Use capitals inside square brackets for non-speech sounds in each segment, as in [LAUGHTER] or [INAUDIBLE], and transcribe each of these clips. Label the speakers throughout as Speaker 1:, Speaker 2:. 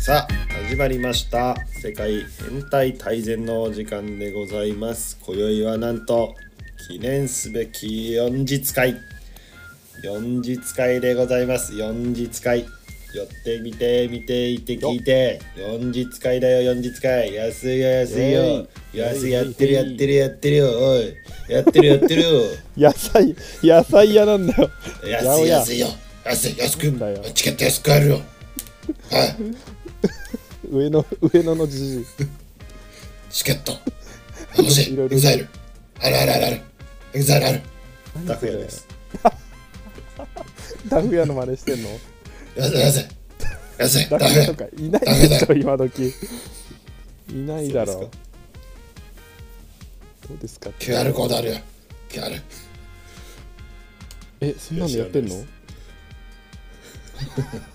Speaker 1: さあ始まりました世界変態大全のお時間でございます今宵はなんと記念すべき4日会4日会でございます4日会寄ってみて見ていて聞いて4日会だよ4日会安いよ安いよ
Speaker 2: イェイ
Speaker 1: 安いやってるやってるやってるよおいやってるやってる [LAUGHS] よ
Speaker 2: 野菜野菜屋なんだよ
Speaker 1: 安い
Speaker 2: や
Speaker 1: 安いよ安い安く
Speaker 2: だよ
Speaker 1: チケット安くあるよはい
Speaker 2: 上野上野のじじい
Speaker 3: チケット。楽しい。
Speaker 2: いろいろ
Speaker 3: エグザイル。あるあるあるある。エグザイルある。
Speaker 1: ダフ屋です
Speaker 2: ダフ屋の真似してんの
Speaker 3: 安い安い。安い。
Speaker 2: ダ
Speaker 3: ダ
Speaker 2: フ
Speaker 3: メ
Speaker 2: 屋とかいないでしょ今時いないだろ
Speaker 1: そううで
Speaker 2: どうですか
Speaker 3: QR コードあるよ。QR。
Speaker 2: えそんなのやってんの
Speaker 1: いや知らない
Speaker 2: [LAUGHS]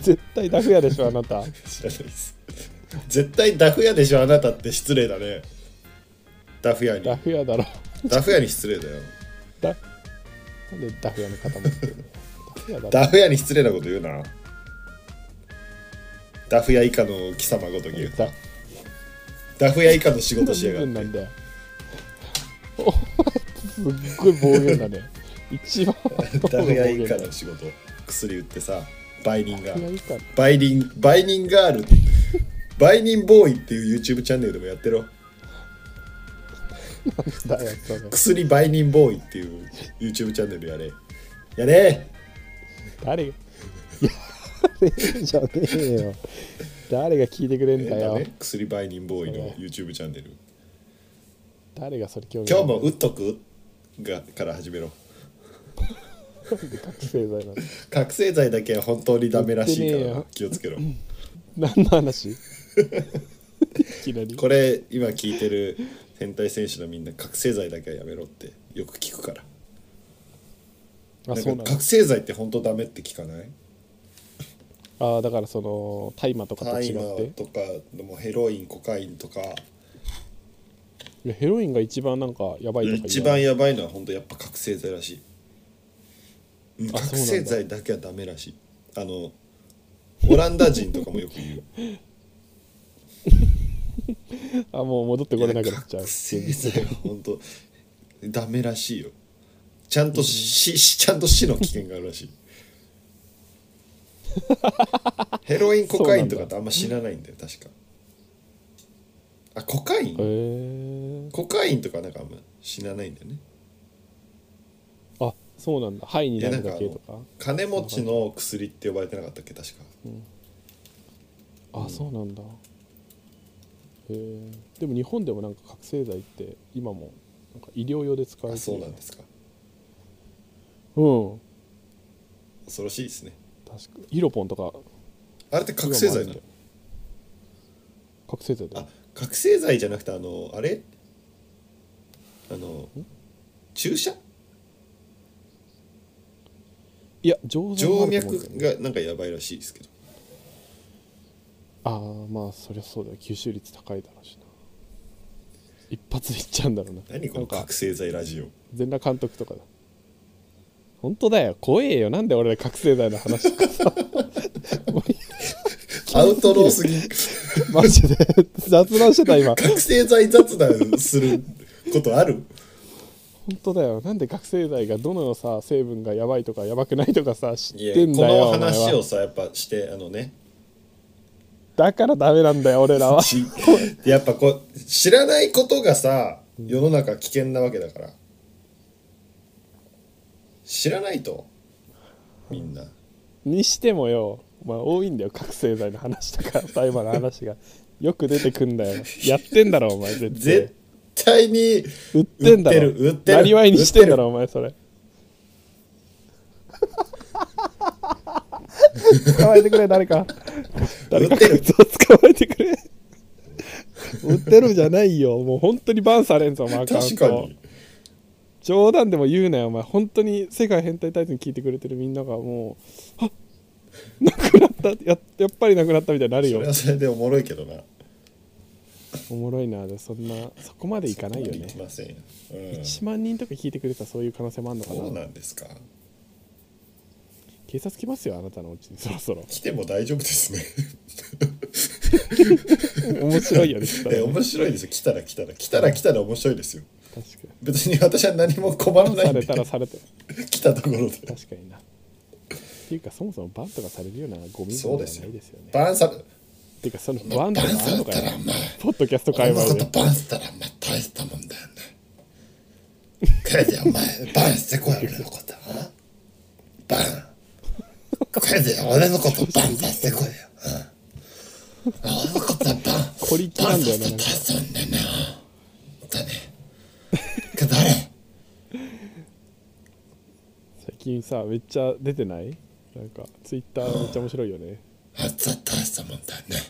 Speaker 2: 絶対ダフ屋でしょあなた
Speaker 1: 知らないです [LAUGHS] 絶対ダフ屋でしょあなたって失礼だねダフ屋に
Speaker 2: ダフ屋だろ
Speaker 1: ダフ屋に失礼だよ
Speaker 2: ダなんでダフ屋の方もってるのダフ屋だろ
Speaker 1: ダフ屋に失礼なこと言うなダフ屋以下の貴様ごとき言う
Speaker 2: ダ
Speaker 1: ダフ屋以下の仕事しやがっ
Speaker 2: 分な
Speaker 1: て
Speaker 2: んだよお前すっごい暴言だね一番
Speaker 1: ダフ屋以
Speaker 2: 暴言
Speaker 1: 下
Speaker 2: だね
Speaker 1: の仕事薬売ってさ売人が
Speaker 2: ダフ屋以下
Speaker 1: 売人売人ガールって売人ボーイっていう YouTube チャンネルでもやってろ
Speaker 2: だよそれ
Speaker 1: 薬売人ボーイっていう YouTube チャンネルやれやれ
Speaker 2: 誰がやれじゃねえよ誰が聞いてくれんだ
Speaker 1: だ
Speaker 2: よ、
Speaker 1: ね薬売人ボーイの YouTube チャンネル
Speaker 2: 誰がそれ興味あ
Speaker 1: 今
Speaker 2: る
Speaker 1: 日も打っとくがから始めろ
Speaker 2: 覚醒剤なの
Speaker 1: 覚醒剤だけは本当にダメらしい
Speaker 2: 打って
Speaker 1: か
Speaker 2: ねえ
Speaker 1: ら
Speaker 2: よ
Speaker 1: 気をつけろ
Speaker 2: 何の話いきなり
Speaker 1: これ今聞いてる変態選手のみんな覚醒剤だけはやめろってよく聞くから
Speaker 2: あ
Speaker 1: なん
Speaker 2: そう
Speaker 1: か
Speaker 2: なの
Speaker 1: 覚醒剤って本当ダメって聞かない
Speaker 2: あーだからその大麻とかと
Speaker 1: 大麻
Speaker 2: 違って
Speaker 1: とかでもヘロインコカインとか
Speaker 2: いやヘロインが一番なんかやばいとか
Speaker 1: 一
Speaker 2: 言わ
Speaker 1: 番
Speaker 2: ない
Speaker 1: やばいのは本当やっぱ覚醒剤らしいうん
Speaker 2: あそ
Speaker 1: 覚
Speaker 2: うなんだ
Speaker 1: 醒剤だけはダメらしいあのオランダ人とかもよく言 [LAUGHS] う
Speaker 2: あもう戻ってこれなくなっちゃう
Speaker 1: 覚醒剤は本当ダメらしいよちゃんと死、しちゃんと死の危険があるら [LAUGHS] しいヘロインコカインとかってあんま死なないんだよ確かあコカイ
Speaker 2: へえ
Speaker 1: ンコカインとかなんかあんま死なないんだよね
Speaker 2: あそうなんだ肺に
Speaker 1: い
Speaker 2: な
Speaker 1: やな
Speaker 2: る
Speaker 1: んか
Speaker 2: だ
Speaker 1: あ
Speaker 2: けとか
Speaker 1: の金持ちの薬って呼ばれてなかったっけ確か
Speaker 2: あそうなんだへえでも日本でもなんか覚醒剤って今もなんか医療用で使わ
Speaker 1: あ
Speaker 2: れて
Speaker 1: そ
Speaker 2: る
Speaker 1: う
Speaker 2: よ
Speaker 1: なん
Speaker 2: ね
Speaker 1: ですか
Speaker 2: うん
Speaker 1: 恐ろしいですね
Speaker 2: 確かヒロポンとか
Speaker 1: あれって覚醒剤な
Speaker 2: 今もあるん
Speaker 1: の
Speaker 2: だよ覚醒剤だ
Speaker 1: あ
Speaker 2: よ
Speaker 1: 覚醒剤じゃなくてあのあれあの注射
Speaker 2: いや上手
Speaker 1: 静脈がなんかやばいらしいですけど
Speaker 2: ああまあそりゃそうだよ吸収率高いだろうしな一発いっちゃうんだろうな
Speaker 1: 何この
Speaker 2: なんか
Speaker 1: 覚醒剤ラジオ
Speaker 2: 全裸監督とかだ本当だよ怖えよなんで俺ら覚醒剤の話とかさもうい
Speaker 1: ア [LAUGHS] ウトローすぎ
Speaker 2: いマジで [LAUGHS] 雑談してた今
Speaker 1: 覚醒剤雑談することある
Speaker 2: 本当だよなんで覚醒剤がどのさ成分がやばいとかやばくないとかさ知
Speaker 1: いや
Speaker 2: ってん
Speaker 1: こ
Speaker 2: だよ
Speaker 1: の
Speaker 2: お前は
Speaker 1: 話をさやっぱしてあのね
Speaker 2: だからダメなんだよ俺らは
Speaker 1: [LAUGHS] ちやっぱこう知らないことがさ世の中危険なわけだから知らないとみんな
Speaker 2: にしてもよお前多いんだよ覚醒剤の話とか [LAUGHS] 大麻の話がよく出てくんだよやってんだろお前絶対
Speaker 1: 絶対に
Speaker 2: 売ってんだろ
Speaker 1: 売ってる売ってる
Speaker 2: なりわいにしてんだろお前それ捕まえてくれ誰か誰か
Speaker 1: 売ってる
Speaker 2: こいつを捕まえてくれ売ってるじゃないよもう本当にバンされんぞお前アカウン
Speaker 1: 確
Speaker 2: ト
Speaker 1: かに
Speaker 2: 冗談でも言うなよお前本当に世界変態タイトに聞いてくれてるみんながもうあなくなったややっぱりなくなったみたいになる
Speaker 1: そ
Speaker 2: よ
Speaker 1: れはそれでおもろいけどな
Speaker 2: おもろいなでそんなそこまでいかないよ
Speaker 1: い
Speaker 2: ね
Speaker 1: きませんよ、うん、
Speaker 2: 1万人とか聞いてくれたらそういう可能性もあるのかな
Speaker 1: そうなんですか
Speaker 2: 警察来ますよあなたのうちにそろそろ [LAUGHS]
Speaker 1: 来ても大丈夫ですね
Speaker 2: 面白いよね来たら
Speaker 1: え面白いですよ来たら来たら来たら来たら面白いですよ
Speaker 2: 確
Speaker 1: 別に私は何も困ら
Speaker 2: かに
Speaker 1: ない
Speaker 2: さ
Speaker 1: んで
Speaker 2: れたらされた
Speaker 1: 来たところで
Speaker 2: 確かになっていうかそもそもバンとかされるようなゴミ
Speaker 1: そう
Speaker 2: 箱
Speaker 1: で
Speaker 2: じゃ
Speaker 1: す
Speaker 2: な
Speaker 1: よ
Speaker 2: いですよね
Speaker 1: バーンさ
Speaker 2: っていうかその
Speaker 3: バ
Speaker 2: バ
Speaker 3: ン
Speaker 2: ンとかあ
Speaker 3: さ
Speaker 2: ん
Speaker 3: れ
Speaker 2: のか
Speaker 3: たら
Speaker 2: な
Speaker 3: まあ
Speaker 2: ポッドキャスト
Speaker 3: 俺の
Speaker 2: 界隈
Speaker 3: こと
Speaker 2: で
Speaker 3: バンしたらまあ大したもんだよね帰れよお前バンしてこい俺のことはバン帰れよ俺のことバンさせてこいようん俺のことはバン
Speaker 2: 小力
Speaker 3: バ
Speaker 2: な
Speaker 3: ン
Speaker 2: んだ
Speaker 3: さ
Speaker 2: よ
Speaker 3: せ
Speaker 2: な
Speaker 3: て
Speaker 2: な
Speaker 3: 大したもんだよ
Speaker 2: んか
Speaker 3: ねだねくだれ
Speaker 2: 最近さめっちゃ出てないなんかツイッターめっちゃ面白いよね
Speaker 3: あいつは大したもんだよね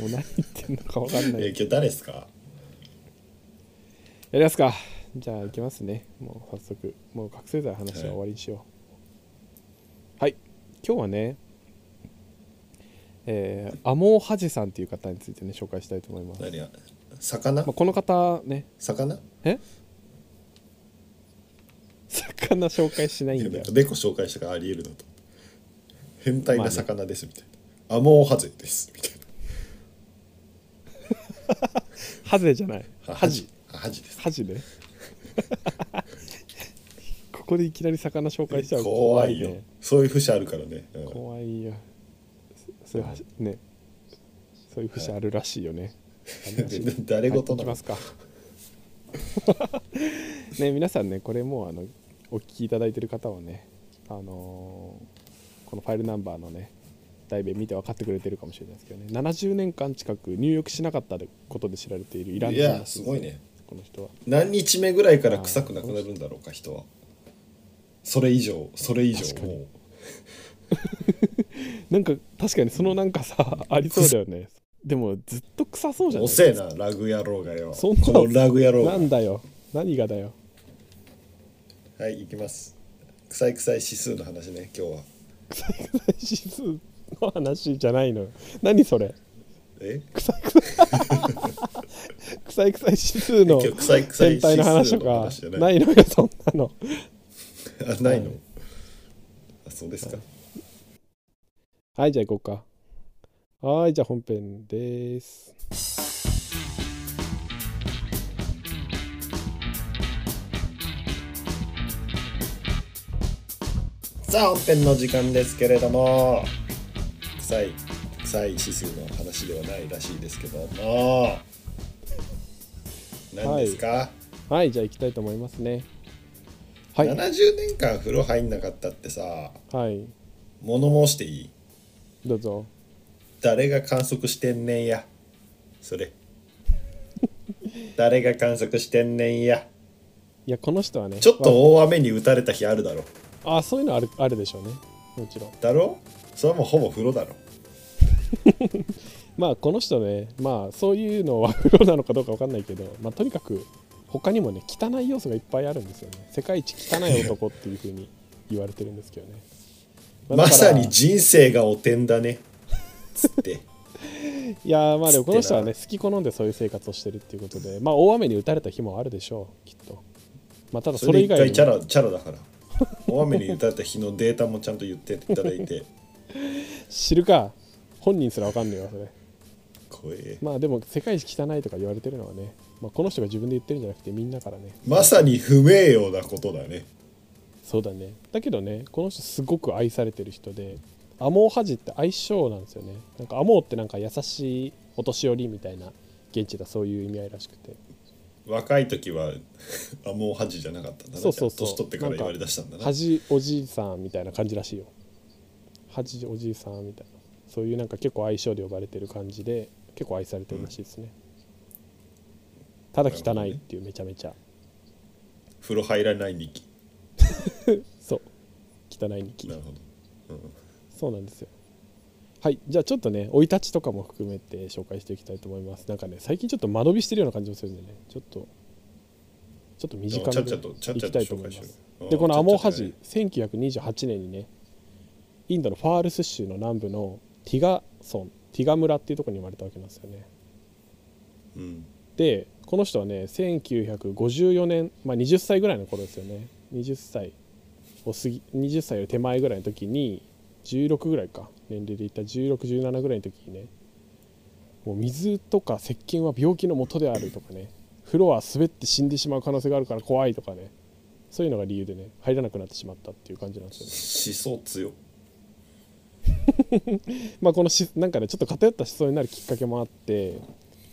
Speaker 2: もう何言ってんのかわかんない
Speaker 1: え今日誰ですか
Speaker 2: やりますかじゃあ行きますねもう早速もう覚醒剤の話は終わりにしようはい、今日はねえーアモーハジさんっていう方についてね紹介したいと思います、ま
Speaker 1: 何が魚
Speaker 2: あ、この方ね
Speaker 1: 魚
Speaker 2: え魚紹介しない
Speaker 1: いや
Speaker 2: んだ
Speaker 1: なん
Speaker 2: よ
Speaker 1: か猫紹介したからありえるなと変態な魚ですみたいな、アモーハゼですみたい
Speaker 2: ハゼじゃない
Speaker 1: な
Speaker 2: ハジ
Speaker 1: あハジです
Speaker 2: ハジね [LAUGHS] ここでいきなり魚紹介しちゃう
Speaker 1: 怖いよ、
Speaker 2: ね
Speaker 1: そういう節あるからね、うん
Speaker 2: 怖いよそそういうはしねそういう節あるらしいよね、
Speaker 1: [LAUGHS] 誰事
Speaker 2: はい、い
Speaker 1: な
Speaker 2: き
Speaker 1: の、
Speaker 2: ますか [LAUGHS] ね皆さんねこれもうあのお聞きいただいてる方はねあのーこのファイルナンバーのね題名見て分かってくれてるかもしれないですけどね70年間近く入浴しなかったことで知られているイラン
Speaker 1: い
Speaker 2: 人
Speaker 1: や
Speaker 2: らし
Speaker 1: すごいね
Speaker 2: この人は
Speaker 1: 何日目ぐらいから臭くなくなるんだろうか人はそれ以上それ以上
Speaker 2: 確かに
Speaker 1: もう
Speaker 2: なんか確かにそのなんかさありそうだよねでもずっと臭そうじゃない
Speaker 1: 遅えなラグ野郎がよ
Speaker 2: そん
Speaker 1: こ
Speaker 2: な
Speaker 1: のラグ野郎
Speaker 2: な
Speaker 1: が
Speaker 2: んだよ何がだよ
Speaker 1: はい行きます臭い臭い指数の話ね今日は
Speaker 2: 指数の話じゃないのよ何それ
Speaker 1: え
Speaker 2: 臭い臭い指数の
Speaker 1: 今日臭い臭い
Speaker 2: 変態の話と
Speaker 1: 指数の
Speaker 2: か
Speaker 1: 話じゃない
Speaker 2: ないのよそんなの
Speaker 1: あないの、
Speaker 2: はい
Speaker 1: あそうですか、
Speaker 2: はいじゃあ行こうかはいじゃあ本編です
Speaker 1: さあ本編の時間ですけれども臭い臭い指数の話ではないらしいですけども何ですか、
Speaker 2: はいじゃあ行きたいと思いますねはい
Speaker 1: 70年間風呂入んなかったってさ
Speaker 2: はい
Speaker 1: 物申していい
Speaker 2: どうぞ
Speaker 1: 誰が観測してんねんやそ [LAUGHS] れ誰が観測してんねんや
Speaker 2: いやこの人はね
Speaker 1: ちょっと大雨に打たれた日あるだろ
Speaker 2: あそういうのあるあるでしょうねもちろん
Speaker 1: だろそれはもうほぼ風呂だろ
Speaker 2: まあこの人ねまあそういうのは風呂なのかどうかわかんないけど、まあ、とにかく他にもね汚い要素がいっぱいあるんですよね世界一汚い男っていうふうに言われてるんですけどね、まあ
Speaker 1: ま
Speaker 2: だか
Speaker 1: さ
Speaker 2: ら
Speaker 1: に人生がおてんだねつって
Speaker 2: いやーまあでもこの人はね
Speaker 1: つ
Speaker 2: 好き好んでそういう生活をしてるっていうことでまあ大雨に打たれた日もあるでしょうきっとまあただ
Speaker 1: そ
Speaker 2: [LAUGHS] そ
Speaker 1: れで
Speaker 2: れ以
Speaker 1: 一
Speaker 2: 外に
Speaker 1: 回チャラチャラだから大雨に打たれた日のデータもちゃんと言っていただいて
Speaker 2: 知るか本人すらわかんないわそれ
Speaker 1: 怖え
Speaker 2: まあでも世界一汚いとか言われてるのはね、まあ、この人が自分で言ってるんじゃなくてみんなからね
Speaker 1: まさに不名誉なことだね
Speaker 2: そうだねだけどねこの人すごく愛されてる人でアモーハジって相性なんですよねなんかアモーってなんか優しいお年寄りみたいな現地だそういう意味合いらしくて
Speaker 1: 若い時はあもう恥じゃなかったんだな
Speaker 2: そうそうそう
Speaker 1: じゃあ年取ってから言われだしたんだな
Speaker 2: 恥おじいさんみたいな感じらしいよ恥おじいさんみたいなそういうなんか結構愛称で呼ばれてる感じで結構愛されてるらしいですね、ただ汚いっていうめちゃめちゃ
Speaker 1: 風呂入らない日記
Speaker 2: そう汚い日記
Speaker 1: なるほど
Speaker 2: そうなんですよはいじゃあちょっとね生い立ちとかも含めて紹介していきたいと思いますなんかね最近ちょっと間延びしてるような感じもするんでねちょっとちょっと短め
Speaker 1: ちゃっ
Speaker 2: で
Speaker 1: ちゃとちゃっ
Speaker 2: い
Speaker 1: ちゃ
Speaker 2: き
Speaker 1: と
Speaker 2: たいと
Speaker 1: 紹
Speaker 2: 思
Speaker 1: 介
Speaker 2: い
Speaker 1: し
Speaker 2: ま
Speaker 1: よ
Speaker 2: す
Speaker 1: う
Speaker 2: でこのアモーハ
Speaker 1: ちゃっ
Speaker 2: ジ1928年にねインドのファールス州の南部のティガ村ティガ村っていうところに生まれたわけなんですよね
Speaker 1: ちゃうん
Speaker 2: でこの人はね1954年、まあ、20歳ぐらいの頃ですよね20歳を過ぎ20歳より手前ぐらいの時に16ぐらいか年齢で言った1617ぐらいの時にねもう水とか石鹸は病気の元であるとかね風呂は滑って死んでしまう可能性があるから怖いとかねそういうのが理由でね入らなくなってしまったっていう感じなんですよね
Speaker 1: 思想強
Speaker 2: まあこのしなんかねちょっと偏った思想になるきっかけもあって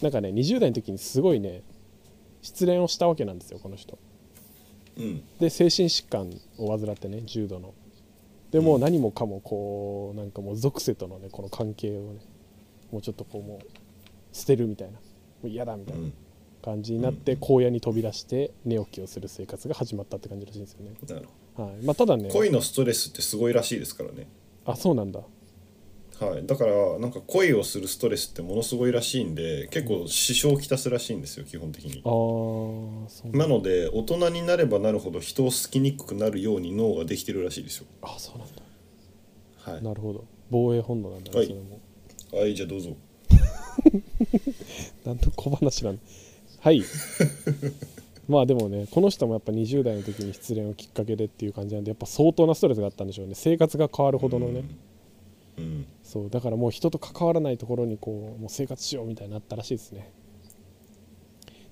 Speaker 2: なんかね20代の時にすごいね失恋をしたわけなんですよこの人
Speaker 1: うん
Speaker 2: で精神疾患を患ってね重度のでもう何もかもこうなんかもう属性とのねこの関係をねもうちょっとこうもう捨てるみたいなもう嫌だみた
Speaker 1: う
Speaker 2: いなん感じになって荒野に飛び出して寝起きをする生活が始まったって感じらしいんですよね、
Speaker 1: なるほ
Speaker 2: はいまあ、ただね
Speaker 1: ど恋のストレスってすごいらしいですからね
Speaker 2: あそうなんだ
Speaker 1: はい、だからなんか恋をするストレスってものすごいらしいんで結構支障をきたすらしいんですよ基本的に
Speaker 2: ああそうなんだ
Speaker 1: なので大人になればなるほど人を好きにくくなるように脳ができてるらしいですよ
Speaker 2: あそうなんだ
Speaker 1: はい、
Speaker 2: なるほど防衛本能なんだね、
Speaker 1: はい
Speaker 2: それも
Speaker 1: はい、じゃあどうぞ
Speaker 2: なんと小話なんはい [LAUGHS] まあでもねこの人もやっぱ20代の時に失恋をきっかけでっていう感じなんでやっぱ相当なストレスがあったんでしょうね生活が変わるほどのね、
Speaker 1: うん
Speaker 2: そうだからもう人と関わらないところにこうもう生活しようみたいになったらしいですね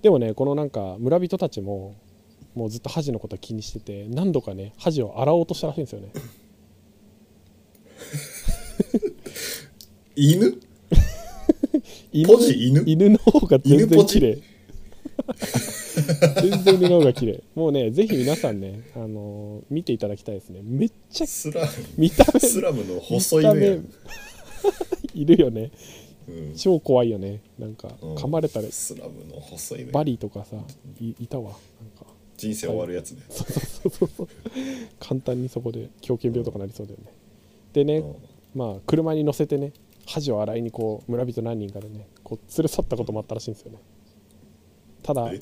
Speaker 2: でもねこのなんか村人たちももうずっと恥のことは気にしてて何度かね恥を洗おうとしたらしいんですよね
Speaker 1: 犬
Speaker 2: [LAUGHS]
Speaker 1: [LAUGHS]
Speaker 2: 犬
Speaker 1: ポジ犬
Speaker 2: の方が全
Speaker 1: 犬ポ
Speaker 2: 然
Speaker 1: ジ
Speaker 2: 綺麗全然犬の方が綺麗もうねぜひ皆さんね、あのー見ていただきたいですねめっちゃ
Speaker 1: スラム
Speaker 2: 見た目
Speaker 1: スラムの細い犬やん
Speaker 2: 見いるよね
Speaker 1: うん、
Speaker 2: 超怖いよねなんか
Speaker 1: うん
Speaker 2: 噛まれたら
Speaker 1: スラムの細い
Speaker 2: バ
Speaker 1: 犬
Speaker 2: リーとかさいいたわなんか
Speaker 1: 人生終わるやつね、
Speaker 2: そうそうそう簡単にそこで狂犬病とかなりそうだよねでね、
Speaker 1: うん
Speaker 2: まあ車に乗せてね恥を洗いにこう村人何人かでねこう連れ去ったこともあったらしいんですよねただ
Speaker 1: え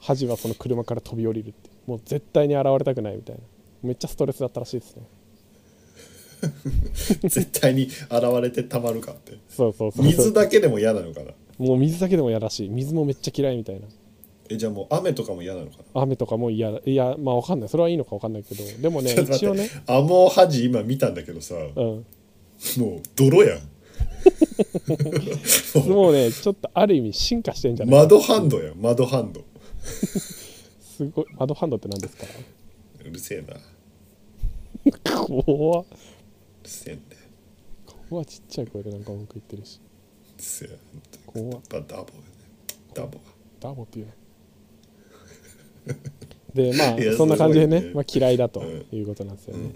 Speaker 2: 恥はその車から飛び降りるってもう絶対に現れたくないみたいなめっちゃストレスだったらしいですね
Speaker 1: 絶対に現れてたまるかって
Speaker 2: そうそうそう
Speaker 1: 水だけでも嫌なのかな
Speaker 2: もう水だけでも嫌らしい水もめっちゃ嫌いみたいな
Speaker 1: えじゃあもう雨とかも嫌なのかな
Speaker 2: 雨とかも嫌いやまあわかんないそれはいいのかわかんないけどでもね
Speaker 1: ちょっと
Speaker 2: 一応
Speaker 1: 待
Speaker 2: ね
Speaker 1: ってアモハジ今見たんだけどさ、
Speaker 2: うん
Speaker 1: もう泥やんも
Speaker 2: もうねちょっとある意味進化してんじゃ
Speaker 1: う
Speaker 2: ない
Speaker 1: 窓ハンドやん窓ハンド
Speaker 2: すごい窓ハンドって何ですか
Speaker 1: うるせえなうる
Speaker 2: 怖っ
Speaker 1: せえんだよ
Speaker 2: 怖っちっちゃい声でなんか文句言ってるし
Speaker 1: うるせえな
Speaker 2: 怖っ
Speaker 1: ダダボねダボ
Speaker 2: ダボっていうのでま
Speaker 1: いや
Speaker 2: あそんな感じでね
Speaker 1: すごいね
Speaker 2: まあ、嫌いだと
Speaker 1: うん
Speaker 2: いうことなんですよね、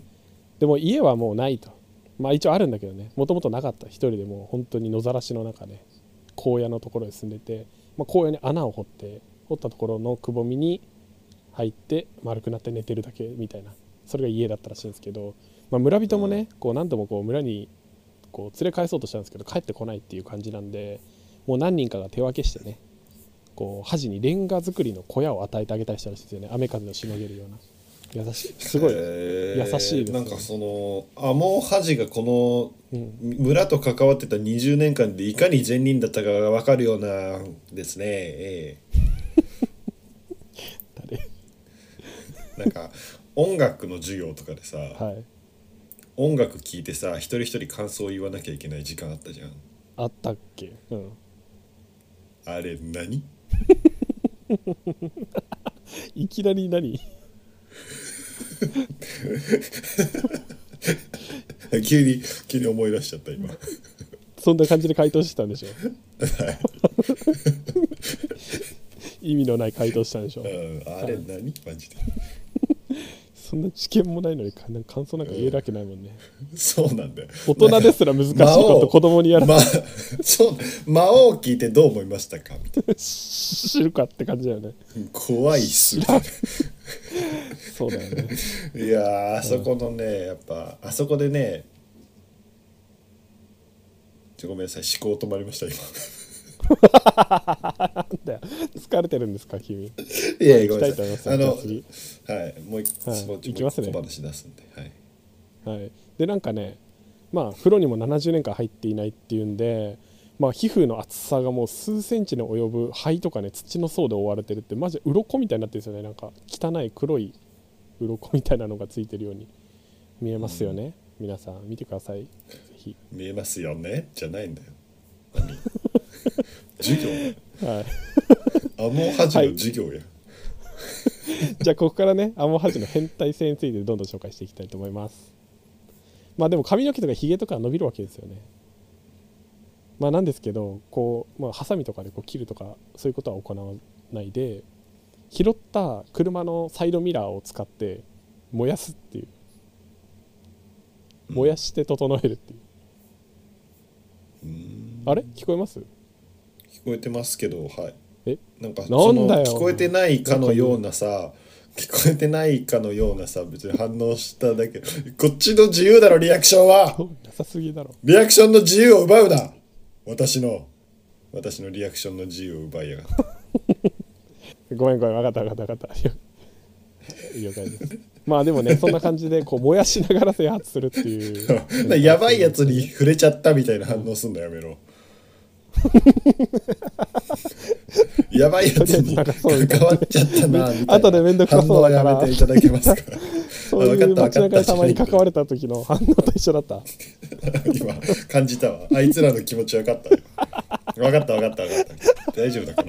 Speaker 2: でも家はもうないとまあ一応あるんだけどねもともとなかった一人でもう本当に野ざらしの中で荒野のところに住んでて、まあ、荒野に穴を掘って掘ったところのくぼみに入って丸くなって寝てるだけみたいなそれが家だったらしいんですけど、まあ、村人もね、こう何度もこう村にこう連れ返そうとしたんですけど帰ってこないっていう感じなんでもう何人かが手分けしてねこう恥にレンガ作りの小屋を与えてあげたりしたらしいですよね雨風のしのげるような優しいすごい、
Speaker 1: えー
Speaker 2: 優しいですね
Speaker 1: なんかそのアモハジがこの
Speaker 2: うん
Speaker 1: 村と関わってた20年間でいかに善人だったかが分かるようなですねええ
Speaker 2: 誰
Speaker 1: なんか音楽の授業とかでさ、
Speaker 2: はい
Speaker 1: 音楽聴いてさ一人一人感想を言わなきゃいけない時間あったじゃん
Speaker 2: あったっけうん
Speaker 1: あれ何 [LAUGHS]
Speaker 2: いきなり何
Speaker 1: 急に急に思い出しちゃった今
Speaker 2: そんな感じで回答してたんでしょ意味のない回答したんでしょ
Speaker 1: うんあれ何マジで [LAUGHS]
Speaker 2: そんな知見もないのにかなんか感想なんか言えるわけないもんね
Speaker 1: そうなんだよ
Speaker 2: 大人ですら難しいこと子供にやら
Speaker 1: ま、 [LAUGHS] そう魔王聞いてどう思いましたかみたい
Speaker 2: 知るかって感じだよね
Speaker 1: な怖いっすい
Speaker 2: そうだよね
Speaker 1: やーあそこのねやっぱあそこでねちょごめんなさい思考止まりました今
Speaker 2: だよ疲れてるんですか君
Speaker 1: いやいや
Speaker 2: 行
Speaker 1: [LAUGHS] ご
Speaker 2: き
Speaker 1: め
Speaker 2: た
Speaker 1: ん
Speaker 2: い
Speaker 1: な
Speaker 2: と
Speaker 1: さ
Speaker 2: 思い
Speaker 1: い
Speaker 2: ます
Speaker 1: あの
Speaker 2: じゃあ次
Speaker 1: はいもう一
Speaker 2: はい
Speaker 1: もう一
Speaker 2: 行きますね
Speaker 1: もう一個小話出すんではい
Speaker 2: はい、でなんかねまあ風呂にも70年間入っていないっていうんで、まあ、皮膚の厚さがもう数センチに及ぶ灰とかね土の層で覆われてるってマジで鱗みたいになってるんですよねなんか汚い黒い鱗みたいなのがついてるように見えますよね、皆さん見てくださいぜひ
Speaker 1: 見えますよねじゃないんだよ何 [LAUGHS] 授業
Speaker 2: はい
Speaker 1: あの恥の授業や、
Speaker 2: [LAUGHS] じゃあここからねアモハジの変態性についてどんどん紹介していきたいと思いますまあでも髪の毛とかひげとかは伸びるわけですよねまあなんですけどこう、まあ、ハサミとかでこう切るとかそういうことは行わないで拾った車のサイドミラーを使って燃やすっていう
Speaker 1: うん
Speaker 2: 燃やして整えるっていう、
Speaker 1: うーん
Speaker 2: あれ聞こえます
Speaker 1: 聞こえてますけどはい
Speaker 2: え
Speaker 1: なんか
Speaker 2: な
Speaker 1: そ
Speaker 2: ん
Speaker 1: の
Speaker 2: だよ
Speaker 1: 聞こえてないかのようなさ聞こえてないかのようなさ別に反応しただけこっちの自由だろリアクションは
Speaker 2: なさすぎだろ
Speaker 1: リアクションの自由を奪うな私の私のリアクションの自由を奪いやがって
Speaker 2: ごめんごめん分かった分かった分かった了了解ですまあでもねそんな感じでこう燃やしながら制圧するっていう [LAUGHS]
Speaker 1: なんかやばいやつに触れちゃったみたいな反応すんのやめろ。やばいやつに関わっちゃったなみたいな。
Speaker 2: 後で面倒くさそうだから
Speaker 1: 反応はやめていただけますか。
Speaker 2: そういう街中でたまに関わ
Speaker 1: る。
Speaker 2: れた時の反応と一緒だった
Speaker 1: 今感じたわ。あいつらの気持ち分かった。分かった分かった分かった。大丈夫だから。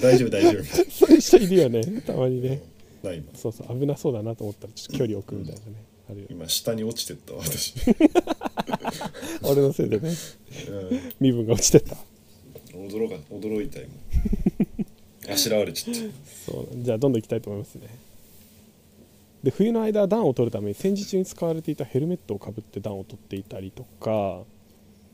Speaker 1: 大丈夫大丈夫。
Speaker 2: そういう人いるよねたまにね
Speaker 1: ない今。
Speaker 2: そうそう危なそうだなと思ったらちょっと距離置くみたいなねあるよね
Speaker 1: 今下に落ちてったわ私。
Speaker 2: 俺のせいでね
Speaker 1: うん
Speaker 2: 身分が落ちてった
Speaker 1: 驚か驚いた今。あしらわれちゃった。
Speaker 2: そうじゃあどんどん行きたいと思いますねで冬の間暖を取るために戦時中に使われていたヘルメットをかぶって暖を取っていたりとか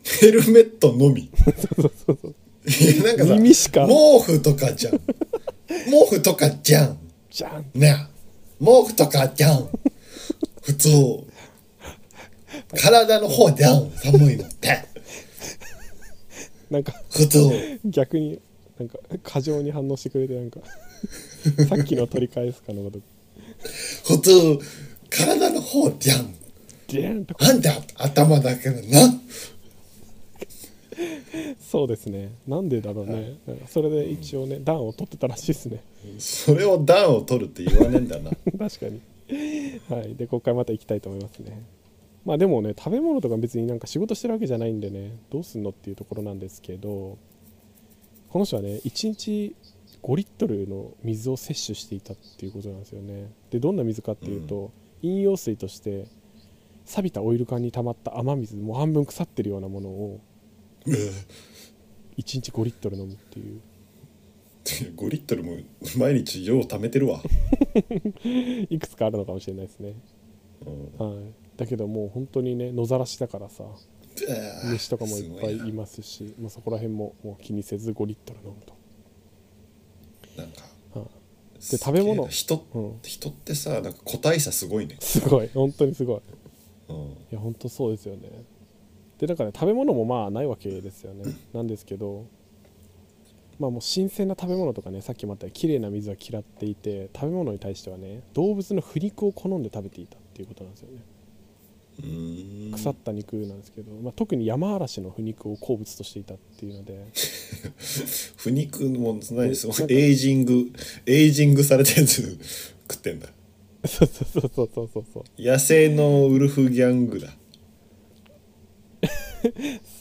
Speaker 1: ヘルメットのみ。
Speaker 2: そうそうそう
Speaker 1: いやなんかさ
Speaker 2: 耳しか
Speaker 1: 毛布とかじゃん毛布とかじゃん
Speaker 2: じゃん
Speaker 1: ねえ毛布とかじゃん普通体の方じゃん寒いのって
Speaker 2: なんか
Speaker 1: 普通
Speaker 2: 逆になんか過剰に反応してくれてなんかさっきの取り返すかのこと
Speaker 1: 普通体の方じゃん
Speaker 2: ジャンと
Speaker 1: なんで頭だけなの
Speaker 2: そうですねなんでだろうね、なんかそれで一応ね暖を取ってたらしいですね
Speaker 1: それを暖を取るって言わねえんだな
Speaker 2: [LAUGHS] 確かにはいでここからまた行きたいと思いますねまあでもね食べ物とか別になんか仕事してるわけじゃないんでねどうすんのっていうところなんですけどこの人はね1日5リットルの水を摂取していたっていうことなんですよねでどんな水かっていうと、飲用水として錆びたオイル缶に溜まった雨水もう半分腐ってるようなものを1日5リットル飲むっていう
Speaker 1: 5リットルも毎日量貯めてるわ、
Speaker 2: いくつかあるのかもしれないですね、
Speaker 1: うん
Speaker 2: はい、だけどもう本当にね野ざらしだからさ虫とかもいっぱい
Speaker 1: すご
Speaker 2: い
Speaker 1: な
Speaker 2: ますしまあ、そこら辺ももう気にせず5リットル飲むと、
Speaker 1: なんか
Speaker 2: はいで食べ物
Speaker 1: すげえな人,、
Speaker 2: うん
Speaker 1: 人ってさなんか個体差すごいね、
Speaker 2: すごい本当にすごいい
Speaker 1: うん
Speaker 2: や本当そうですよねでだから、ね、食べ物もまあないわけですよねなんですけどまあもう新鮮な食べ物とかねさっきもあったように綺麗な水は嫌っていて食べ物に対してはね動物の腐肉を好んで食べていたっていうことなんですよね
Speaker 1: うーん
Speaker 2: 腐った肉なんですけど、まあ、特に山嵐の腐肉を好物としていたっていうので
Speaker 1: 腐肉も何その
Speaker 2: なんか
Speaker 1: エイジングエイジングされたやつ食ってんだ
Speaker 2: そうそうそうそうそうそう
Speaker 1: 野生のウルフギャングだ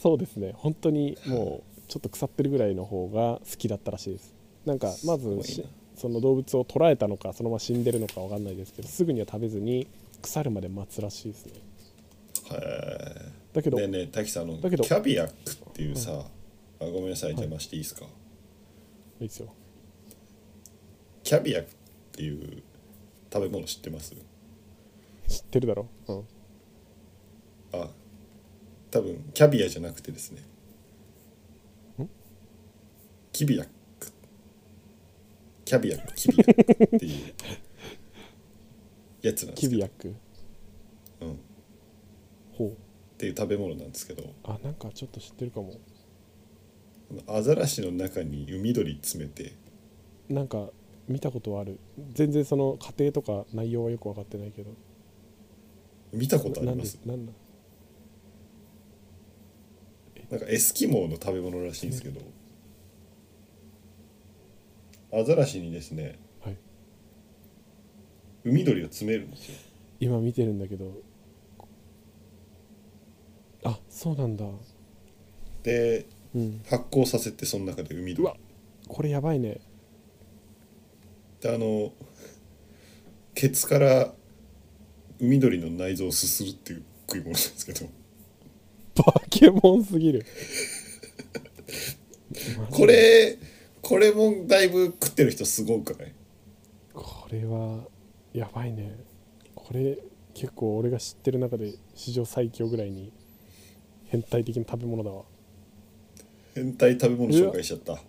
Speaker 2: そうですね本当にもうちょっと腐ってるぐらいの方が好きだったらしいですなんかまず
Speaker 1: ごいな
Speaker 2: しその動物を捕らえたのかそのまま死んでるのかわかんないですけどすぐには食べずに腐るまで待つらしいですね
Speaker 1: は
Speaker 2: だけ
Speaker 1: い
Speaker 2: ど、
Speaker 1: でね滝さんあのキ
Speaker 2: だけど
Speaker 1: ャビアックっていうさ、あごめんなさい邪魔していいですか、
Speaker 2: いいですよ
Speaker 1: キャビアックっていう食べ物知ってます
Speaker 2: 知ってるだろ、うん、
Speaker 1: あ多分キャビアじゃなくてですねキビアックキャビアックキビアックっていうやつなんで
Speaker 2: キ
Speaker 1: すけ
Speaker 2: ビ
Speaker 1: ど
Speaker 2: アック
Speaker 1: うん
Speaker 2: ほう
Speaker 1: っていう食べ物なんですけど
Speaker 2: あなんかちょっと知ってるかも
Speaker 1: アザラシの中に海鳥詰めて
Speaker 2: なんか見たことはある全然その過程とか内容はよく分かってないけど
Speaker 1: 見たことあ
Speaker 2: な
Speaker 1: り
Speaker 2: ん
Speaker 1: ま
Speaker 2: ですなんだ
Speaker 1: なんかエスキモーの食べ物らしいんですけどアザラシにですね
Speaker 2: はい
Speaker 1: 海鳥を詰めるんですよ
Speaker 2: 今見てるんだけどあそうなんだ
Speaker 1: で
Speaker 2: うん
Speaker 1: 発酵させてその中で海
Speaker 2: う
Speaker 1: 緑
Speaker 2: わこれやばいね
Speaker 1: であのケツから海鳥の内臓をすするっていう食い物なんですけど
Speaker 2: バケモンすぎる
Speaker 1: これこれもだいぶ食ってる人すごくない
Speaker 2: これはやばいねこれ結構俺が知ってる中で史上最強ぐらいに変態的な食べ物だわ
Speaker 1: 変態食べ物紹介しちゃった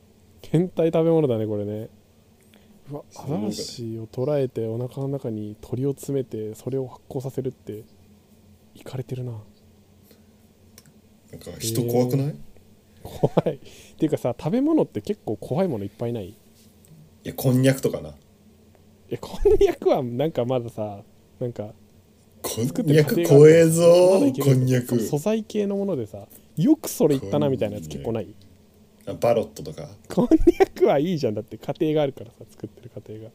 Speaker 2: 変態食べ物だねこれねうわ
Speaker 1: そう
Speaker 2: ア
Speaker 1: か
Speaker 2: ザラシを捕らえてお腹の中に鳥を詰めてそれを発酵させるっていかれてるな
Speaker 1: なんか人怖くない、い
Speaker 2: 怖いっていうかさ食べ物って結構怖いものいっぱいない
Speaker 1: やこんにゃくとかな
Speaker 2: えこんにゃくはなんかまださなんか
Speaker 1: こ
Speaker 2: 作っ
Speaker 1: んに
Speaker 2: てる
Speaker 1: ゃ
Speaker 2: 過
Speaker 1: く
Speaker 2: 程が
Speaker 1: 怖え
Speaker 2: ま
Speaker 1: ぞ
Speaker 2: だいける
Speaker 1: こんにゃく
Speaker 2: そう素材系のものでさよくそれ言ったなみたいなやつ結構ない
Speaker 1: あバロットとか
Speaker 2: こんにゃくはいいじゃんだって家庭があるからさ作ってる家庭が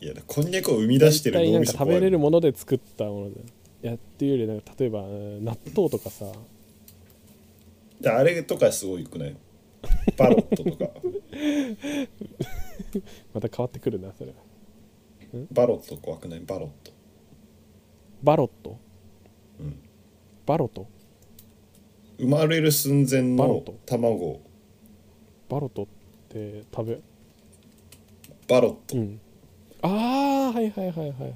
Speaker 1: いやこんにゃくを生み出して
Speaker 2: 絶
Speaker 1: る
Speaker 2: 対
Speaker 1: 脳
Speaker 2: なん
Speaker 1: み
Speaker 2: か
Speaker 1: そ
Speaker 2: 食
Speaker 1: 怖い
Speaker 2: べれるもので作ったものでいやっていうよりなんか例えばうん納豆とかさ
Speaker 1: であれとかすごいよくないバロットとか [LAUGHS]
Speaker 2: また変わってくるなそれは
Speaker 1: バロット怖くないバロット
Speaker 2: バロット、
Speaker 1: うん
Speaker 2: バロト
Speaker 1: 生まれる寸前
Speaker 2: バロッ
Speaker 1: の
Speaker 2: ト
Speaker 1: 卵
Speaker 2: バロトって食べ
Speaker 1: バロット、
Speaker 2: うんああはいはいはいはいはい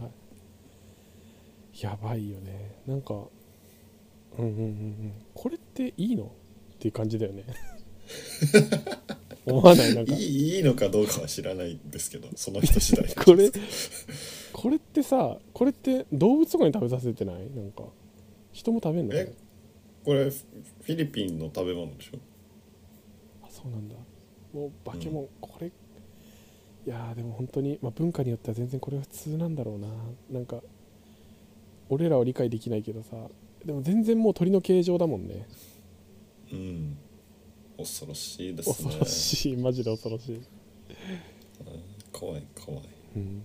Speaker 2: やばいよねなんかうんうんうんうんこれっていいのっていう感じ
Speaker 1: [LAUGHS]
Speaker 2: だよね思わないなんか
Speaker 1: いいいいのかどうかは知らないんですけどその人次第
Speaker 2: [LAUGHS] これこれってさこれって動物とかに食べさせてないなんか人も食べんのかな
Speaker 1: えこれフィリピンの食べ物でしょ
Speaker 2: あそうなんだもう化け物、これいやーでも本当に、まあ、文化によっては全然これは普通なんだろうななんか俺らは理解できないけどさでも全然もう鳥の形状だもんね
Speaker 1: うん恐ろしいですね
Speaker 2: 恐ろしいマジで恐ろしい、
Speaker 1: 怖い怖い
Speaker 2: うん、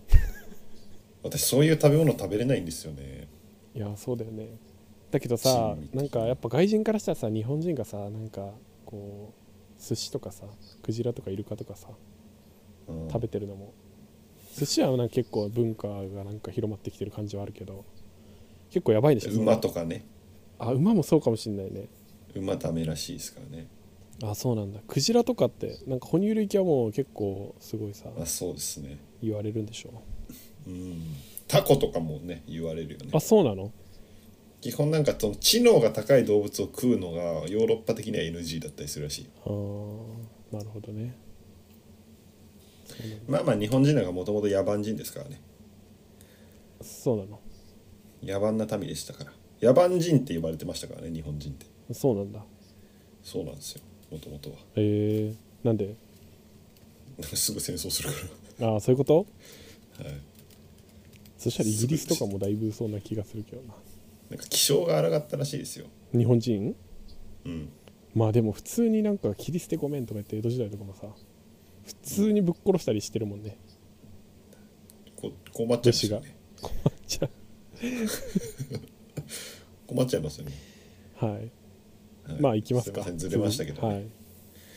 Speaker 1: 私そういう食べ物食べれないんですよね
Speaker 2: いやそうだよねだけどさ
Speaker 1: 珍味
Speaker 2: なんかやっぱ外人からしたらさ日本人がさなんかこう寿司とかさクジラとかイルカとかさ
Speaker 1: うん
Speaker 2: 食べてるのも寿司はなんか結構文化がなんか広まってきてる感じはあるけど結構やばいでしょそんな
Speaker 1: 馬とかね
Speaker 2: あ馬もそうかもしんないね
Speaker 1: 馬ダメらしいですからね
Speaker 2: あそうなんだクジラとかってなんか哺乳類系はもう結構すごいさ
Speaker 1: あそうですね
Speaker 2: 言われるんでしょ
Speaker 1: うんタコとかもね言われるよね
Speaker 2: あそうなの
Speaker 1: 基本なんかその知能が高い動物を食うのがヨーロッパ的には NG だったりするらしいよ
Speaker 2: あーなるほどねそうなの
Speaker 1: まあまあ日本人なんかもともと野蛮人ですからね
Speaker 2: そうなの
Speaker 1: 野蛮な民でしたから野蛮人って呼ばれてましたからね日本人って
Speaker 2: そうなんだ
Speaker 1: そうなんですよもともとは
Speaker 2: えー、なんです
Speaker 1: ぐ戦争するか
Speaker 2: ああそういうこと
Speaker 1: らはい
Speaker 2: そしたらイギリスとかもだいぶそうな気がするけどな
Speaker 1: なんか気性が荒かったらしいですよ
Speaker 2: 日本人
Speaker 1: うん
Speaker 2: まあでも普通になんか切り捨てごめんとか言って江戸時代とかもさ普通にぶっ殺したりしてるもんね [LAUGHS]
Speaker 1: こ困っちゃいますよ
Speaker 2: 弟子
Speaker 1: ね
Speaker 2: 困っちゃ
Speaker 1: 困っちゃいますよね、
Speaker 2: うはい
Speaker 1: はい
Speaker 2: まあ行きますか。
Speaker 1: すいませんずれましたけど、ね
Speaker 2: はい。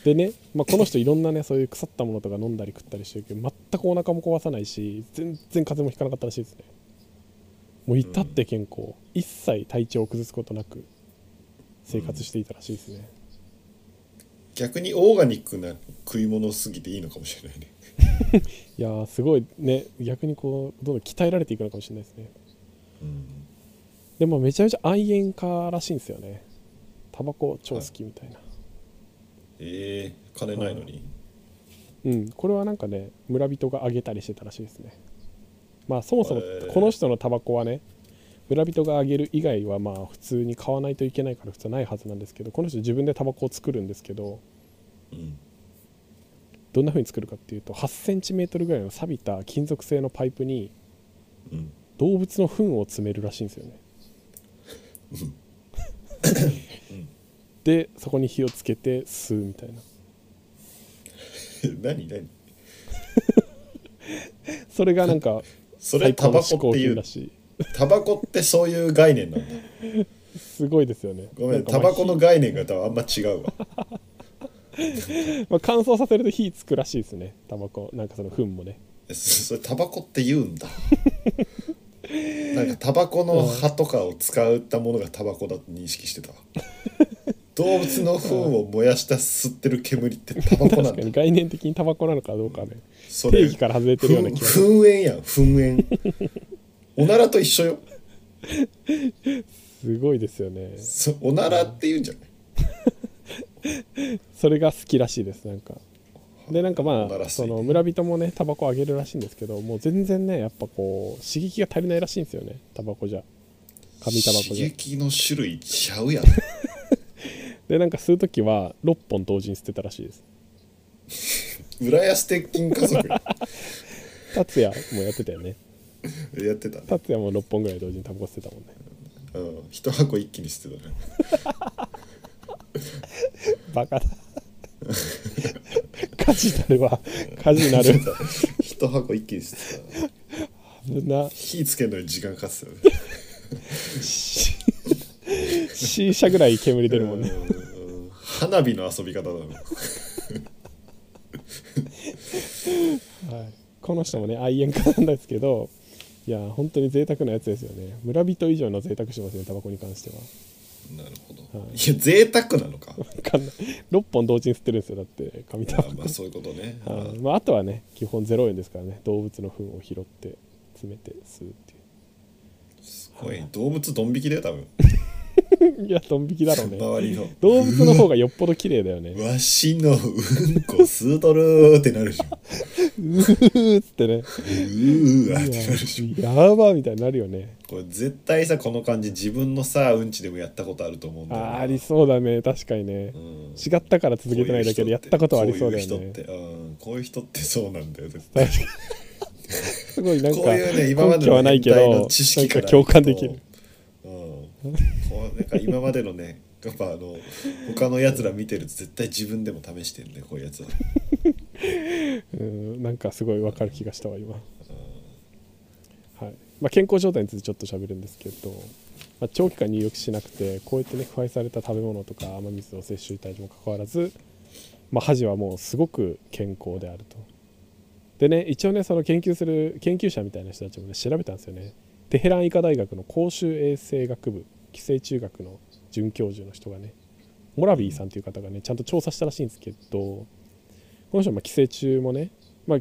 Speaker 2: でね、まあ、この人いろんなねそういう腐ったものとか飲んだり食ったりしてるけど全くお腹も壊さないし全然風邪もひかなかったらしいですねもう至って健康、一切体調を崩すことなく生活していたらしいですね、
Speaker 1: 逆にオーガニックな食い物すぎていいのかもしれないね
Speaker 2: いやーすごいね逆にこうどんどん鍛えられていくのかもしれないですね
Speaker 1: うん
Speaker 2: でもめちゃめちゃ愛煙家らしいんですよねタバコ超好きみたいな、
Speaker 1: えー、金ないのに、
Speaker 2: うん、これはなんかね村人があげたりしてたらしいですねまあそもそも
Speaker 1: へー
Speaker 2: この人のタバコはね村人があげる以外はまあ普通に買わないといけないから普通はないはずなんですけどこの人自分でタバコを作るんですけど
Speaker 1: うん
Speaker 2: どんな風に作るかっていうと8センチメートルぐらいの錆びた金属製のパイプに
Speaker 1: うん [LAUGHS]
Speaker 2: 動物の糞を詰めるらしいんですよねでそこに火をつけて吸うみたいな
Speaker 1: 何何
Speaker 2: それがなんか
Speaker 1: それタバ
Speaker 2: 最
Speaker 1: コって
Speaker 2: 高の嗜好
Speaker 1: い
Speaker 2: 品
Speaker 1: う
Speaker 2: らしい
Speaker 1: タバコってそういう概念なんだ
Speaker 2: すごいですよね
Speaker 1: ごめ
Speaker 2: なん
Speaker 1: ん
Speaker 2: か
Speaker 1: タ
Speaker 2: まあ
Speaker 1: バコの概念が多分あんま違うわ
Speaker 2: まあ、乾燥させると火つくらしいですねタバコなんかその糞もね
Speaker 1: そ [LAUGHS] それタバコって言うんだなんかタバコの葉とかを使ったものがタバコだと認識して
Speaker 2: [LAUGHS]
Speaker 1: たわ動物の糞を燃やした吸ってる煙ってタバコなん
Speaker 2: 確か
Speaker 1: だ
Speaker 2: に概念的にタバコなのかどうかね
Speaker 1: そ
Speaker 2: 定
Speaker 1: れ
Speaker 2: 義から外れてるような気がす
Speaker 1: ふん噴煙やん噴煙おならと一緒よ
Speaker 2: すごいですよね
Speaker 1: そおならって言うんじゃない
Speaker 2: それが好きらしいですなんかでなんかま
Speaker 1: おなら
Speaker 2: あ
Speaker 1: 吸
Speaker 2: そ
Speaker 1: い
Speaker 2: の村人もねタバコあげるらしいんですけどもう全然ねやっぱこう刺激が足りないらしいんですよねタバコじゃ紙タバコ
Speaker 1: 刺
Speaker 2: じゃ
Speaker 1: 激の種類ちゃうやん
Speaker 2: [LAUGHS] でなんか吸う時は6本同時に捨てたらしいです
Speaker 1: 浦安鉄筋家族や
Speaker 2: 達也もやってたよね
Speaker 1: ってたね、
Speaker 2: 達也も6本ぐらい同時にタバコ捨てたもんね
Speaker 1: うん、一箱一気に捨てたね
Speaker 2: バカだ火事なるわ火事なる
Speaker 1: 一箱一気に捨てた
Speaker 2: 危な
Speaker 1: 火つけるのに時間かかってたよね
Speaker 2: し C 社ぐらい煙出るもんね
Speaker 1: うんうん花火の遊び方だな
Speaker 2: はい、この人もね愛煙家なんですけどいや本当に贅沢なやつですよね村人以上の贅沢しますねタバコに関しては
Speaker 1: なるほど、い、や贅沢なの
Speaker 2: [LAUGHS]
Speaker 1: か
Speaker 2: 分かんない6本同時に捨てるんですよだって紙タバ
Speaker 1: あ
Speaker 2: コ
Speaker 1: まあそういうことね、
Speaker 2: あまあ、あとはね基本0円ですからね動物の糞を拾って詰めて吸うって
Speaker 1: すごい動物ドン引きだよ多分
Speaker 2: いう [LAUGHS] いやドン引きだろうね
Speaker 1: 周りの
Speaker 2: 動物の方がよっぽど綺麗だよね
Speaker 1: わしのうんこ吸うとるーってなるじゃん。う
Speaker 2: うーっつってね
Speaker 1: ーわーってなるじゃん。
Speaker 2: いややばみたいになるよね
Speaker 1: これ絶対さ、この感じ、自分のさ、うんちでもやったことあると思うんだよな、
Speaker 2: あーありそうだね確かにね、
Speaker 1: ん
Speaker 2: 違ったから続けてないだけでやったことはありそうだよ
Speaker 1: こういう
Speaker 2: ね
Speaker 1: 人って、うん、こういう人ってそうなんだよ、絶対。
Speaker 2: 確かにすごいなんか
Speaker 1: こういうね、今ま
Speaker 2: 根
Speaker 1: で
Speaker 2: 拠
Speaker 1: の
Speaker 2: はない
Speaker 1: 年
Speaker 2: け
Speaker 1: 代
Speaker 2: ど
Speaker 1: の知識から
Speaker 2: なんか共感できる。
Speaker 1: うん、こうなんか今までのね、 [LAUGHS] やっぱあの、他のやつら見てると絶対自分でも試してるね、こういうやつは。
Speaker 2: うんなんかすごいわかる気がしたわ今、はいまあ、健康状態についてちょっと喋るんですけど、まあ、長期間入浴しなくてこうやってね腐敗された食べ物とか雨水を摂取いたにもかかわらず、まあ、恥はもうすごく健康であるとでね一応ねその研究する研究者みたいな人たちもね調べたんですよねテヘラン医科大学の公衆衛生学部寄生中学の准教授の人がねモラビーさんという方がねちゃんと調査したらしいんですけどこの人はまあ寄生虫もね、まあ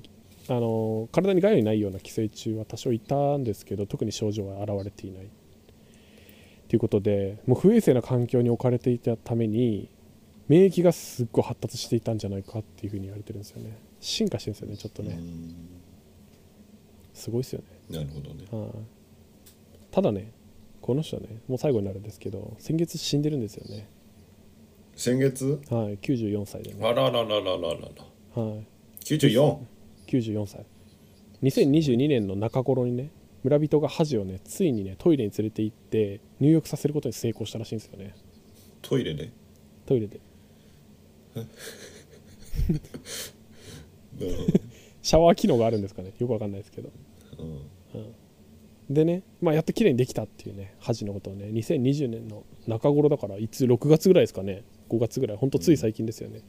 Speaker 2: あのー体に害のないような寄生虫は多少いたんですけど特に症状は現れていないということでもう不衛生な環境に置かれていたために免疫がすっごい発達していたんじゃないかっていうふうに言われてるんですよね進化してるんですよねちょっと
Speaker 1: う
Speaker 2: ね
Speaker 1: ん
Speaker 2: すごいですよね
Speaker 1: なるほどね。
Speaker 2: はいただねこの人はねもう最後になるんですけど先月死んでるんですよね
Speaker 1: 先月
Speaker 2: はい94歳でね、
Speaker 1: あららららららら。
Speaker 2: はい、
Speaker 1: 94。
Speaker 2: 94歳2022年の中頃にね村人が恥をねついにねトイレに連れて行って入浴させることに成功したらしいんですよね
Speaker 1: トイレで、
Speaker 2: トイレで
Speaker 1: う
Speaker 2: シャワー機能があるんですかねよくわかんないですけど
Speaker 1: んうん
Speaker 2: でね、まあ、やっと綺麗にできたっていうね恥のことをね2020年の中頃だからいつ6月ぐらいですかね5月ぐらいほんとつい最近ですよね、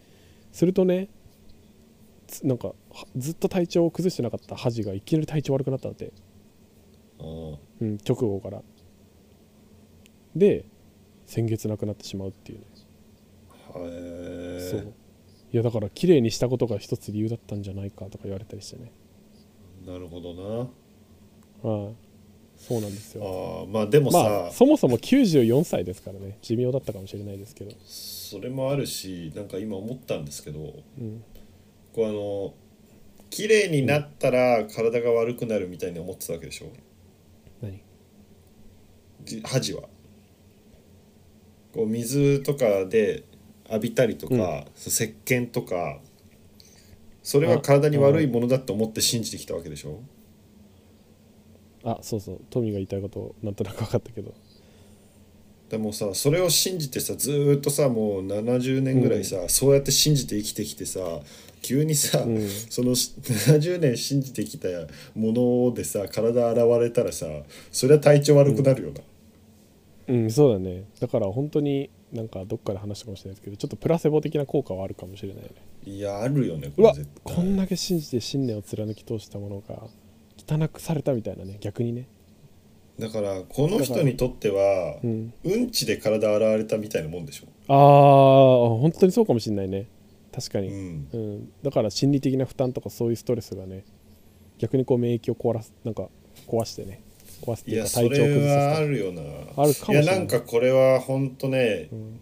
Speaker 2: するとねつなんかはずっと体調を崩してなかった恥がいきなり体調悪くなったんだって
Speaker 1: あー
Speaker 2: うん、直後からで先月亡くなってしまうっていうね、
Speaker 1: へえ
Speaker 2: そういやだから綺麗にしたことが一つ理由だったんじゃないかとか言われたりしてね
Speaker 1: なるほどな
Speaker 2: はいそうなんです
Speaker 1: あ
Speaker 2: よ
Speaker 1: ーまあでもさ、
Speaker 2: まあそもそも94歳ですからね寿命だったかもしれないですけど、
Speaker 1: それもあるしなんか今思ったんですけど
Speaker 2: うん、
Speaker 1: こうあの綺麗になったら体が悪くなるみたいに思ってたわけでしょ
Speaker 2: 何
Speaker 1: じ恥はこう水とかで浴びたりとか、
Speaker 2: うん
Speaker 1: そう石鹸とかそれは体に悪いものだと思って信じてきたわけでしょ
Speaker 2: あそうそうトミーが言いたいことなんとなく分かったけど
Speaker 1: でもさそれを信じてさずーっとさもう70年ぐらいさ、そうやって信じて生きてきてさ急にさ、
Speaker 2: ん
Speaker 1: そのし70年信じてきたものでさ体現れたらさそりゃ体調悪くなるよな、
Speaker 2: うんそうだねだから本当になんかどっかで話したかもしれないですけどちょっとプラセボ的な効果はあるかもしれないね
Speaker 1: いやあるよね
Speaker 2: う
Speaker 1: これ
Speaker 2: わ
Speaker 1: 絶対
Speaker 2: こんだけ信じて信念を貫き通したものが汚くされたみたいなね逆にね
Speaker 1: だからこの人にとっては、う、
Speaker 2: うんん
Speaker 1: ちで体洗われたみたいなもんでしょ、
Speaker 2: ああ本当にそうかもしれないね確か
Speaker 1: う
Speaker 2: に、
Speaker 1: ん、
Speaker 2: うんだから心理的な負担とかそういうストレスがね逆にこう免疫を壊らすなんか壊してね壊すって
Speaker 1: い
Speaker 2: いう
Speaker 1: や
Speaker 2: か
Speaker 1: そ
Speaker 2: 体調を
Speaker 1: れは
Speaker 2: 崩さ
Speaker 1: あ
Speaker 2: せた
Speaker 1: るよな
Speaker 2: あるかもしれない
Speaker 1: やなんかこれは本当ね、
Speaker 2: ん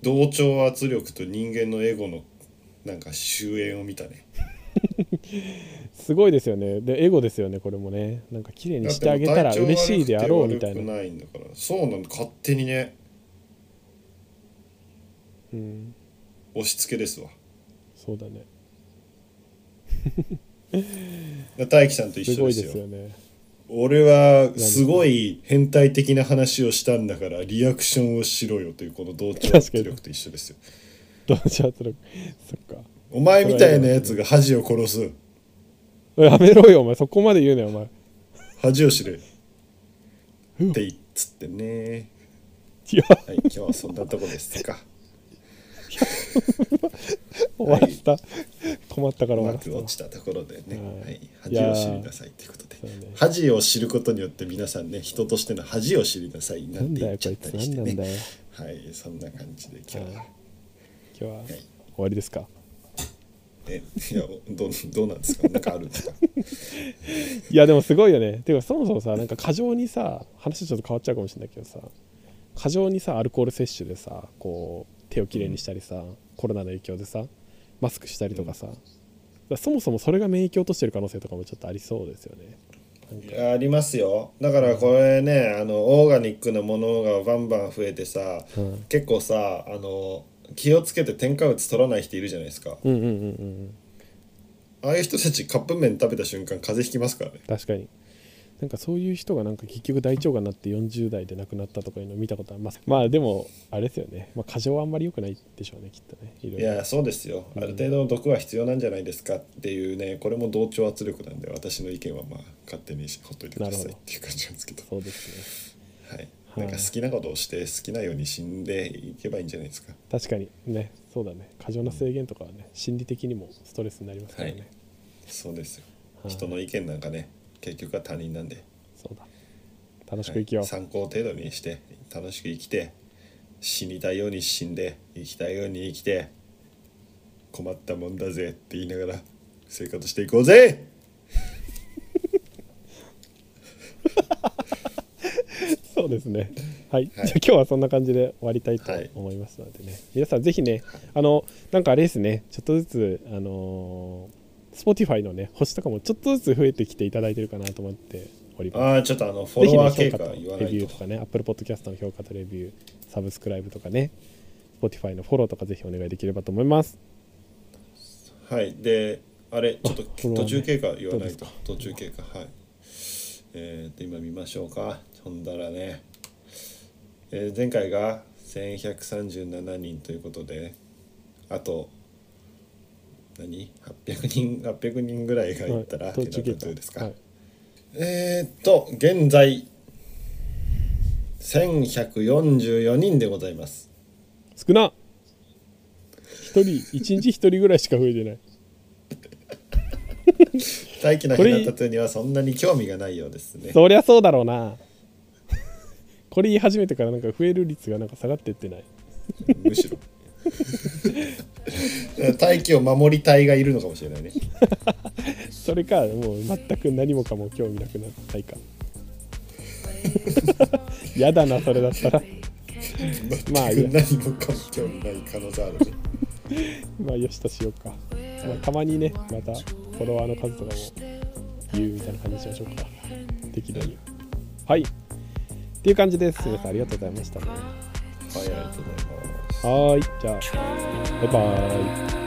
Speaker 1: 同調圧力と人間のエゴのなんか終焉を見たね
Speaker 2: すごいですよねでエゴですよねこれもねなんか綺麗にしてあげたら嬉しいであろうみたい
Speaker 1: だって
Speaker 2: な、
Speaker 1: もう体調悪くないんだからそうなの勝手にね
Speaker 2: うん、
Speaker 1: 押し付けですわ
Speaker 2: そうだね
Speaker 1: 大樹さんと一
Speaker 2: す
Speaker 1: 緒で
Speaker 2: ごい
Speaker 1: すよ
Speaker 2: ですよね
Speaker 1: 俺はすごい変態的な話をしたんだからリアクションをしろよというこの同調圧力と一緒ですよ
Speaker 2: 同調圧力そっか
Speaker 1: お前みたいなやつが恥を殺す
Speaker 2: やめろよお前そこまで言うなよお前
Speaker 1: 恥を知れって言っつってね
Speaker 2: いや
Speaker 1: はい今日はそんなとこですか
Speaker 2: 終わらせた、困ったか
Speaker 1: う
Speaker 2: ら終わ
Speaker 1: ま
Speaker 2: らせ
Speaker 1: く
Speaker 2: た
Speaker 1: 落ちたところでね、
Speaker 2: はい
Speaker 1: はい、
Speaker 2: い
Speaker 1: 恥
Speaker 2: やー
Speaker 1: を知りなさいということで
Speaker 2: そうね
Speaker 1: 恥を知ることによって皆さんね人としての恥を知りなさいな
Speaker 2: なんん
Speaker 1: て
Speaker 2: だ
Speaker 1: 言っ
Speaker 2: よ
Speaker 1: ち
Speaker 2: こ
Speaker 1: ゃった
Speaker 2: いつ
Speaker 1: り
Speaker 2: な
Speaker 1: して
Speaker 2: んなん
Speaker 1: ね
Speaker 2: だよ
Speaker 1: はいそんな感じで今日は
Speaker 2: はい。今日は終
Speaker 1: い
Speaker 2: わりですか
Speaker 1: えいやどうどうなんですかなんかあるん [LAUGHS] ですか
Speaker 2: いやでもすごいよねていうかそもそもさなんか過剰にさ話ちょっと変わっちゃうかもしれないけどさ過剰にさアルコール摂取でさこう手をきれいにしたりさ、コロナの影響でさマスクしたりとかさ、だからそもそもそれが免疫を落としてる可能性とかもちょっとありそうですよね
Speaker 1: いやありますよだからこれねあのオーガニックなものがバンバン増えてさ、
Speaker 2: うん
Speaker 1: 結構さあの気をつけて添加物取らない人いるじゃないですか
Speaker 2: うんうんうんうん
Speaker 1: ああいう人たちカップ麺食べた瞬間風邪ひきますからね
Speaker 2: 確かになんかそういう人がなんか結局大腸がんになって40代で亡くなったとかいうのを見たことはまあまあでもあれですよね、まあ、過剰はあんまり良くないでしょうねきっとねいろ
Speaker 1: い
Speaker 2: いろ
Speaker 1: やそうですよある程度の毒は必要なんじゃないですかっていうねこれも同調圧力なんで私の意見はまあ勝手にほっといてくださ
Speaker 2: ないる
Speaker 1: っ
Speaker 2: ほ
Speaker 1: ていう感じなんですけど
Speaker 2: そうですね
Speaker 1: はい
Speaker 2: い
Speaker 1: なんか好きなことをして好きなように死んでいけばいいんじゃないですか
Speaker 2: 確かにねそうだね過剰な制限とかはね心理的にもストレスになりますからね、
Speaker 1: はいそうですよ
Speaker 2: はい
Speaker 1: 人の意見なんかね結局は他人なんで
Speaker 2: そうだ楽しく生きよう、
Speaker 1: はい参考程度にして楽しく生きて死にたいように死んで生きたいように生きて困ったもんだぜって言いながら生活していこうぜ
Speaker 2: [LAUGHS] そうですねはい、
Speaker 1: はい
Speaker 2: じゃあ今日はそんな感じで終わりたいと
Speaker 1: はい
Speaker 2: 思いますのでね、皆さんぜひねあのなんかあれですねちょっとずつあのー Spotify のね星とかもちょっとずつ増えてきていただいてるかなと思っております
Speaker 1: ああちょっとあのフ
Speaker 2: ぜ
Speaker 1: ォ
Speaker 2: ひ
Speaker 1: ロワ
Speaker 2: ね、
Speaker 1: ー経
Speaker 2: 評価
Speaker 1: 過
Speaker 2: とレ
Speaker 1: 言わない
Speaker 2: ビュー
Speaker 1: と
Speaker 2: とかね、Apple Podcast の評価とレビュー、サブスクライブとかね、Spotify のフォローとかぜひお願いできればと思います。
Speaker 1: はいであれちょっと
Speaker 2: あフォロワーね
Speaker 1: 途中経過言わないと
Speaker 2: どうですか
Speaker 1: 途中経過はいえー、と今見ましょうかほんだらね、えー前回が1137人ということであと何800人800人ぐらいがいったら、
Speaker 2: は
Speaker 1: っ
Speaker 2: い
Speaker 1: てな
Speaker 2: 途中
Speaker 1: る
Speaker 2: 経
Speaker 1: と
Speaker 2: 過
Speaker 1: ですか、
Speaker 2: はい
Speaker 1: えー、っと現在1144人でございます
Speaker 2: 少な一人、一日一人ぐらいしか増えてない。
Speaker 1: 大気な
Speaker 2: これ
Speaker 1: 日向とにはそんなに興味がないようですね
Speaker 2: そりゃそうだろうな。これ言い始めてからなんか増える率がなんか下がってってない。
Speaker 1: むしろ [LAUGHS] 大気を守り隊がいるのかもしれないね
Speaker 2: それか、もう全く何もかも興味なくなったいか。 [LAUGHS] やだな、それだったら。まあいいや
Speaker 1: [LAUGHS] 何もかも興味ない可能性あるね
Speaker 2: まあよしとしようか、まあ、たまにねまたフォロワーの数とかも言うみたいな感じにしましょうか適度にはいっていう感じです皆さんありがとうございましたね
Speaker 1: はいありがとうございます
Speaker 2: はーいじゃあバイバーイ